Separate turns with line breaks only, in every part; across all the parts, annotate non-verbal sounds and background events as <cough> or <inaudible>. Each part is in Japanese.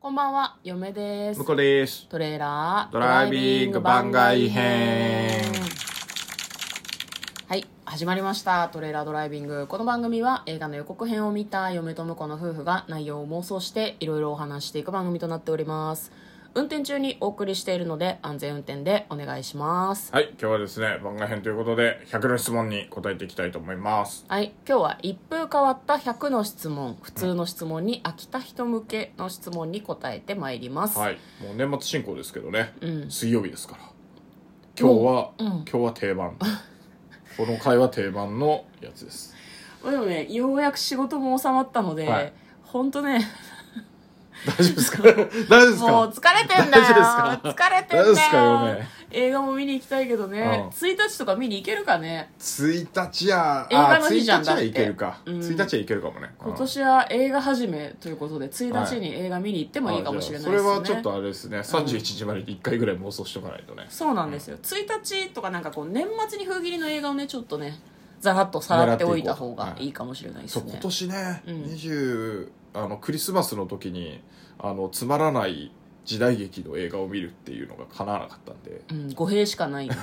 こんばんは、嫁です
向。こうです
トレーラー
ドライビング番外編
はい始まりましたトレーラードライビングこの番組は映画の予告編を見た嫁と婿の夫婦が内容を妄想していろいろお話していく番組となっております運転中にお送りしているので安全運転でお願いします
はい今日はですね番外編ということで100の質問に答えていきたいと思います
はい今日は一風変わった100の質問普通の質問に飽きた人向けの質問に答えてまいります、
はいもう年末進行ですけどね、
うん
水曜日ですから今日は、
うん
今日は
<laughs>
定番この回は定番のやつです
でもねようやく仕事も収まったので、
はい
本当ね
大丈夫ですか大丈夫です
もう
か
疲れてんだよ
大丈夫です
疲れてん
大丈夫ですか
だよ
嫁
映画も見に行きたいけどね、
うん
1日とか見に行けるかね
1日や
映画の日じゃん
あー1日
だっ
は
て
いけるか、
うん
1日はいけるかもね
今年は映画始めということで1日に映画見に行ってもいいかもしれないですね、
あじゃあそれはちょっとあれですね31日まで1回ぐらい妄想しておかないとね、
そうなんですよ1日とかなんかこう年末に封切りの映画をねちょっとねざらっとさらっておいた方がいいかもしれないです
そう
ね
今年ね、
うん
20あのクリスマスの時にあのつまらない時代劇の映画を見るっていうのが叶わなかったんで
うん、語弊しかない、 <laughs> ね、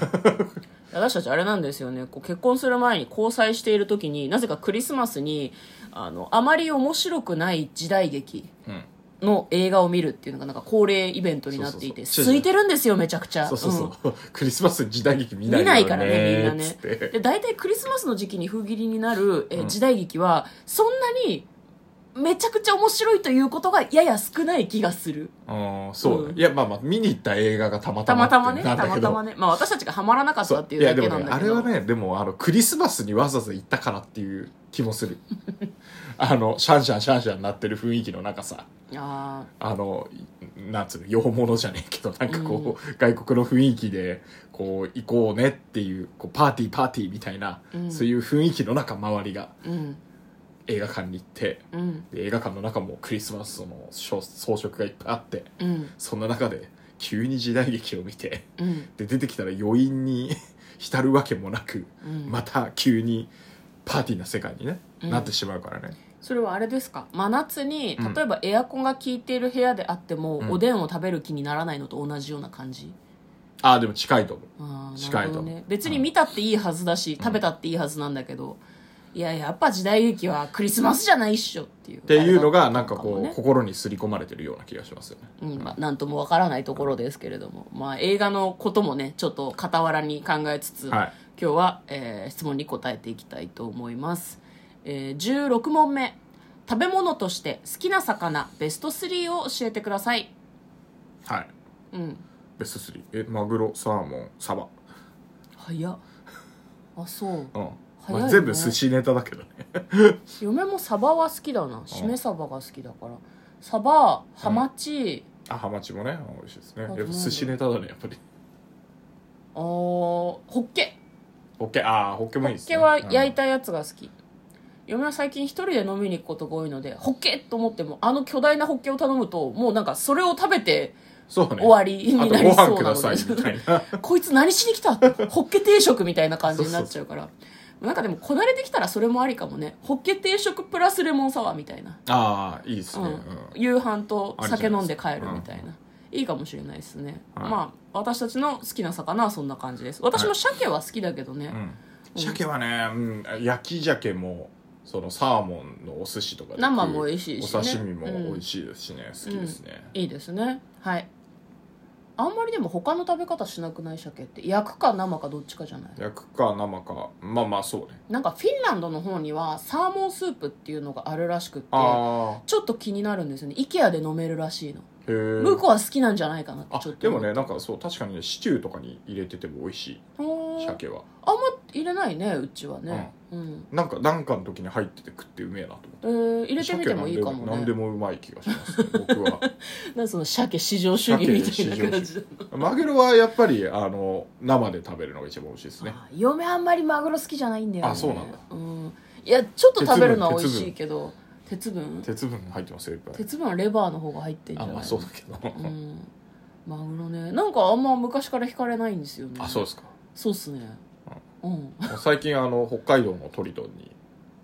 私たちあれなんですよねこう結婚する前に交際している時になぜかクリスマスにあのあまり面白くない時代劇
うん
の映画を見るっていうのがなんか恒例イベントになっていて
そうそうそう
空いてるんですよめちゃくちゃ
そうそうそう
う、
<laughs> クリスマスに時代劇見
ん
ない
見
よね
ないからねみんなね
つって
<laughs> で大体クリスマスの時期に封切りになる、えー
うん
時代劇はそんなにめちゃくちゃ面白いということがやや少ない気がする
うんそう、
うん
いやまあまあ見に行った映画がたま
た
たま
ま
って
たまね
いうな
た
んだけど
またまねまあ私たちがハマらなかったっていう
や
だ
で
け
も
なん
ね
だ
あ
け
れ
ど
はねでもあのクリスマスにわざわざ行ったからっていう <laughs> 気もするあのシャンシャンシャンシャンなってる雰囲気の中さ
あ
あのなんつうの洋物じゃねえけどなんかこう、外国の雰囲気でこう行こうねっていうこうパーティーパーティーみたいな、
うん
そういう雰囲気の中周りが
ーうん
映画館に行って
うん
で映画館の中もクリスマスの装装飾がいっぱいあって
うん
そんな中で急に時代劇を見て
うん
で出てきたら余韻に <laughs> 浸るわけもなく
うん
また急にパーティーな世界に、ね
うん
なってしまうからね。
それはあれですか真夏に
うん
例えばエアコンが効いている部屋であっても、
うん
おでんを食べる気にならないのと同じような感じ
ああでも近いと思う
あー
近いと
なる
思う
ほどね別に見たっていいはずだし、食べたっていいはずなんだけどいややっぱ時代劇はクリスマスじゃないっしょっていうっ
っていうのがなんかこう
ね
心に刷り込まれてるような気がしますよね。
うんまあ、なんともわからないところですけれども、まあ、映画のこともねちょっと傍らに考えつつ、
はい
今日は、えー質問に答えていきたいと思います、えー16問目食べ物として好きな魚ベスト3を教えてください
はい
うん
ベスト3えマグロサーモンサバ
早っ <laughs> あそう
うん、
早いね
まあ全部寿司ネタだけどね
嫁もサバは好きだなしめサバが好きだからサバハマチ、
あハマチもね美味しいですね
あ
や
そう
っぱ
なんだ
寿司ネタだねやっぱり
あーホッケ
ホッケああホッケ
ホ
もいいで
ッ
す
ケ
ね
は焼い
た、
たやつが好き、嫁は最近一人で飲みに行くことが多いのでホッケと思ってもあの巨大なホッケを頼むともうなんかそれを食べて
うんそうね
終わりにな
あ
り
と
そうなので
ご飯くださいみたい
<laughs>
な
こいつ何しに来たホッケ定食みたいな感じになっちゃうからなんかでもこなれてきたらそれもありかもねホッケ定食プラスレモンサワーみたいな、
ああいいです
う
ね、
ん
うん
夕飯と
ありじゃないです
酒
か
飲んで帰るみたいな、いいかもしれないですね、
はい
まあ私たちの好きな魚はそんな感じです私も鮭は好きだけどね、
うん鮭はね、うん、焼き鮭もそのサーモンのお寿司とかで食う
生も美味しいしね
お刺身も美味しいですしね、好きですね、
いいですねはいあんまりでも他の食べ方しなくない鮭って焼くか生かどっちかじゃない
焼くか生かまあまあそうね
なんかフィンランドの方にはサーモンスープっていうのがあるらしくって
ああ
ちょっと気になるんですよね IKEA で飲めるらしいの
へえ
向こうは好きなんじゃないかなって
あ
ちょっと
でもねなんかそう確かにねシチューとかに入れてても美味し
あ
い
ー
鮭は
あんま入れないねうちはねうん、
なんかなんかの時に入ってて食ってうめえなと思って
えー入れてみてもいいかも
鮭は
ね
何でも何でもうまい気がします、ね、僕は <laughs>
なんかその鮭至上主義みたいな感じだ
マグロはやっぱりあの生で食べるのが一番美味しいですね
あ嫁あんまりマグロ好きじゃないんだよね
あそうなんだ
うん、いやちょっと食べるのは美味しいけど鉄分
鉄分入ってますよいっぱい
鉄分はレバーの方が入ってんじゃ
あ
ない
まあそうだけど、
うんマグロねなんかあんま昔から惹かれないんですよね
あそうですか
そうっすねうん
もう最近あの北海道のトリトンに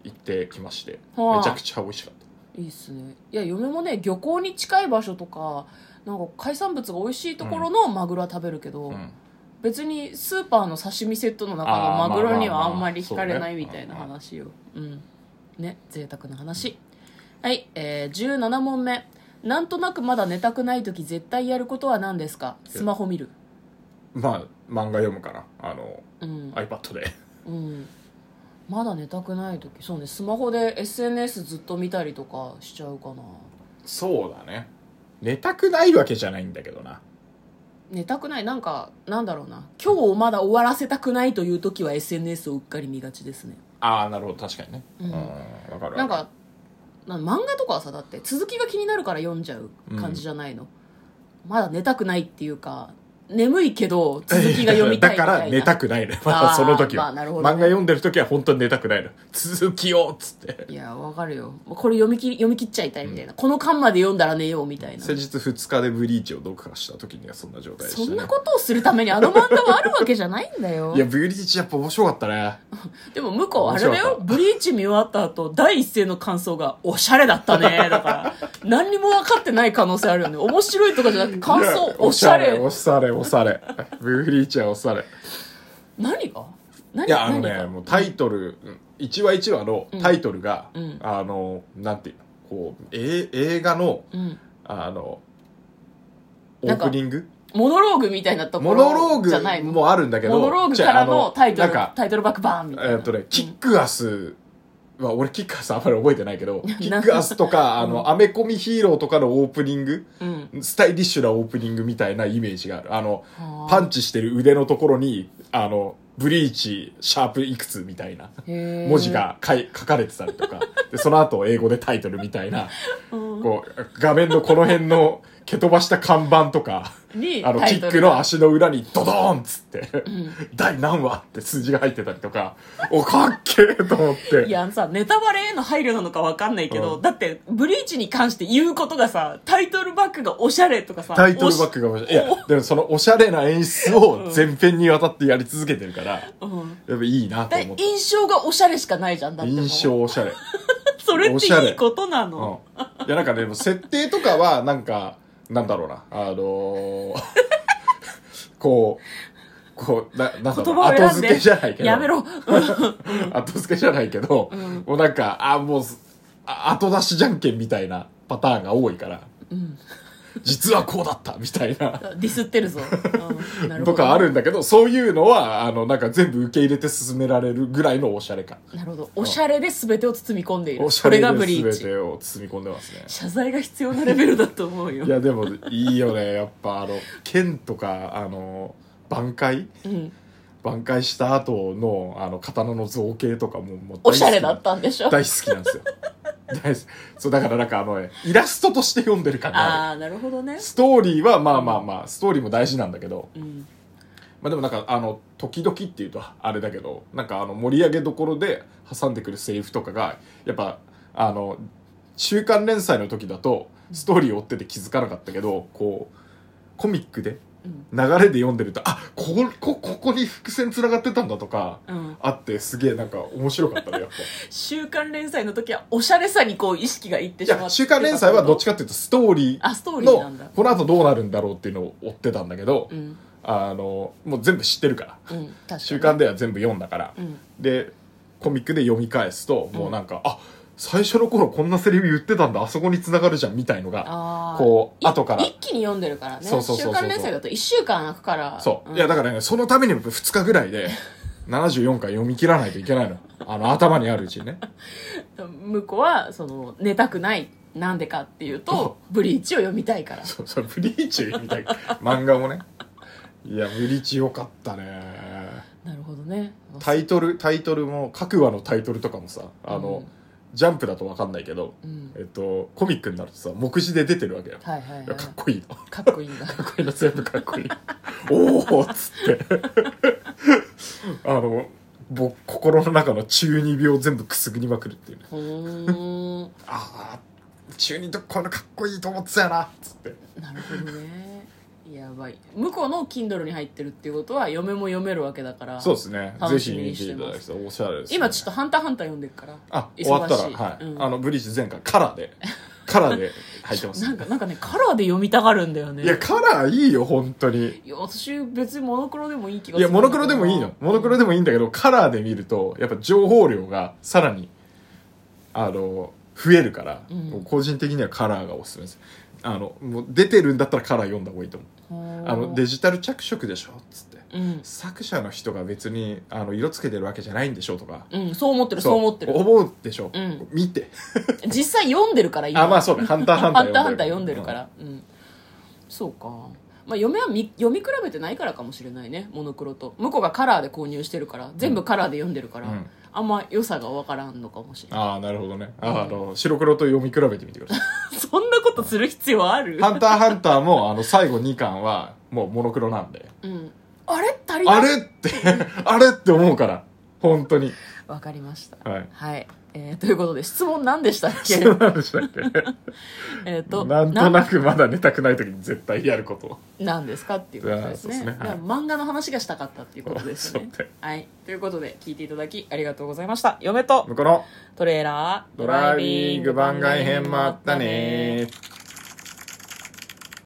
行ってきまして
はあ
めちゃくちゃ美味しかっ
いいっすねいや嫁もね漁港に近い場所とかなんか海産物が美味しいところのマグロは食べるけど、
うん
別にスーパーの刺身セットの中
あ
の
ー
マグロに
ま
はあ
あまあまあ
んまり惹かれない
そうね
みたいな話よ、うんね贅沢な話はい、えー、17問目なんとなくまだ寝たくない時絶対やることは何ですかスマホ見る
まあ漫画読むかなあの
うん
iPad で
うんまだ寝たくない時そうねスマホで SNS ずっと見たりとかしちゃうかな
そうだね寝たくないわけじゃないんだけどな
寝たくないなんかなんだろうな今日をまだ終わらせたくないという時は SNS をうっかり見がちですね
ああなるほど確かにね
う
うんんわかる
なんかな漫画とかはさだって続きが気になるから読んじゃう感じじゃないの、まだ寝たくないっていうか眠いけど続きが読みたいみた
<laughs> だ
いな
から寝たくないのまだその時は、
あーまあなるほどね
漫画読んでる時は本当に寝たくないの続きをっつって
いやわかるよもうこれ読みき読み切っちゃいたいみたいな、この巻まで読んだら寝ようみたいな
先日2日でブリーチを読破した時にはそんな状態でした、
そ
ね、
んなことをするためにあの漫画はあるわけじゃないんだよ
いやブリーチやっぱ面白かったね
でも向こうあれだ
面白
よ
か
ブリーチ見終わった後第一声の感想が「おしゃれだった
<laughs>
ね」だから何にも分かってない可能性あるよね面白いとかじゃなくて感
い
想
や
おしゃれ
<laughs> おしゃれおしゃれおしゃれブリーチはお
<laughs>
しゃれ
何が何
いやあの
何
ね
が
もうタイトル1話1話のタイトルが、
うん
あのなんていうのこうえ映画の
うん、
あのオ
なん
ー
か
プニング
モノローグみたいなとこ
モノロ
ろじゃな
ー
い
グ
の
もあるんだけど
モノローグから
違うあ
のタイトル
なんか
タイトルバックバーンみたいな
えっとねキックアスは俺キックアスあんまり覚えてない
<laughs>
けどキックアスとかあのアメコミヒーローとかのオープニング
うん
スタイリッシュなオープニングみたいなイメージがあるあの
はあ
パンチしてる腕のところにあのブリーチシャープいくつみたいな
へー
文字が書い書かれてたりとかでその後英語でタイトルみた
<laughs>
いなこう画面のこの辺の蹴飛ばした看板とか
に
あの
タ
キ
イト
ッ
ル
ク
が
の足の裏にドドーンっつって、第何話って数字が入ってたりとか、お、かっけえと思って。
いやあのさネタバレへの配慮なのか分かんないけど、
うん
だってブリーチに関して言うことがさタイトルバックがおしゃれとかさ
タイトルバックが面白い。いや、でもそのおしゃれな演出を全編にわたってやり続けてるから、
おしうん
やっぱいいなと
だ
思って。
印象がおしゃれしかないじゃんだってもう
印象おしゃれ。
それっ
お
て
しゃれ
いいことな
う
の、
ん。いや、なんかでも設定とかは、なんか、なんだろうな、あ
<laughs>
のーこう、こう、な、なんだろ
言
う、
葉を
後
選ん
付
で
けじゃないけど。
やめろ <laughs>
<laughs> 後付けじゃないけど、もうなんか、あ、もうす、あ後出しじゃんけんみたいなパターンが多いから、実はこうだったみた
<laughs>
いな、
ディスってるぞ、うんなるほど
とかあるんだけど、そういうのは、あの、なんか全部受け入れて進められるぐらいのおしゃれ感。
なるほどおしゃれで全てを包み込んでいる
おし
そ
ゃ
れ
れ
がブリ
で
ー
全
チ
てを包み込んでますね。
謝罪が必要なレベルだと思うよ
いや、でも、いいよね。やっぱ、
<laughs>
あの、剣とか、あの、挽回
うん、
挽回した後の、あの、刀の造形とかも、もう大好きな
おしゃれだったんでしょ
大好きなんですよ大好きそうだからなんかあのイラストとして読んでる感があ
ああなるほどね
る、ストーリーはまあまあまあストーリーも大事なんだけど、
うん、
まあ、でもなんかあの時々っていうとあれだけどなんかあの盛り上げどころで挟んでくるセリフとかがやっぱあの週刊連載の時だとストーリーを追ってて気づかなかったけどこうコミックで
うん
流れで読んでるとあここここに伏線つながってたんだとか、
うん
あってすげえなんか面白かったねやっぱ。
週刊連載の時はおしゃれさにこう意識がいって
い
しま
や
って
週刊連載はどっちかっていうとストーリ
あストー
ー
リーなんだ
のこの後どうなるんだろうっていうのを追ってたんだけど、
うん
あのもう全部知ってるから
うん確かに
週刊では全部読んだから、
うん
でコミックで読み返すともうなんか、あ最初の頃こんなセリフ言ってたんだあそこに繋がるじゃんみたいのが
あー
こう
い
後から
一気に読んでるからね
そうそうそうそう
週刊連載だと1週間空くから
そう、
ん
いやだからねそのためにも2日ぐらいで74回読み切らないといけないのあの頭にあるうちにね <laughs>
向こうはその寝たくないなんでかっていうとブリーチを読みたい
<laughs>
から
そうそうブリーチみたいな漫画もねいやブリーチよかったね
なるほどね
タイトルタイトルも各話のタイトルとかもさあの、ジャンプだと分かんないけど、
うん
えっと、コミックになるとさ目次で出てるわけよ、
はいはいはい
いやかっこいいのか
かっこいいんだ
<laughs> っこいいの全部かっこいい <laughs> おおっつって <laughs> あの僕心の中の中二病を全部くすぐりまくるっていうね
ほーん
ああ中二とこのかっこいいと思ってたよなっつって
なるほどねやばい向こうの Kindle に入ってるっていうことは嫁も読めるわけだから
そうですねぜ
楽し
ひ
み
見
に
て
して
いただ
ます
きたいおしゃれです、ね、
今ちょっと「ハンターハンター」読んでるから
あ
忙しい
終わったらはい、
うん
あのブリーチ前回カラーでカラーで入ってます
<laughs> なんかなんかねカラーで読みたがるんだよね
いやカラーいいよ本当に
いや私別にモノクロでもいい気が
い
する
やモノクロでもいいのモノクロでもいいんだけどカラーで見るとやっぱ情報量がさらにあの増えるから、
うん
個人的にはカラーがおすすめですあのもう出てるんだったらカラー読んだ方がいいと思うあのデジタル着色でしょっつって
うん、
作者の人が別にあの色つけてるわけじゃないんでしょとか、
うん、そう思ってるそう思ってる
思うでしょ、
うん
見て
実際読んでるから今
あまあそうね「ハンターハンタ
ハ
ー」
ンターハンター読んでるから、うんそうか、まあ、嫁はみ読み比べてないからかもしれないねモノクロと向こうがカラーで購入してるから全部カラーで読んでるから、
うん
あんま良さが分からんのかもしれない <laughs>
ああなるほどねあーあの白黒と読み比べてみてください
そんなことする必要あ
「
る
ハンターハンター」もあの最後2巻はもうモノクロなんで
うん、あれ足りない
あれって <laughs> あれって思うから本当に
わかりました
はい
はい、えーということで質問何でしたっけ
そうなんでしたっけ
えっと
<laughs> なんとなくまだ寝たくない時に絶対やること
なんですかっていうことですね
あーそうですねはい
だから漫画の話がしたかったっていうことですね
そうね
はいということで聞いていただきありがとうございました嫁と
向こうの
トレーラー
ドライビング番外編もあったね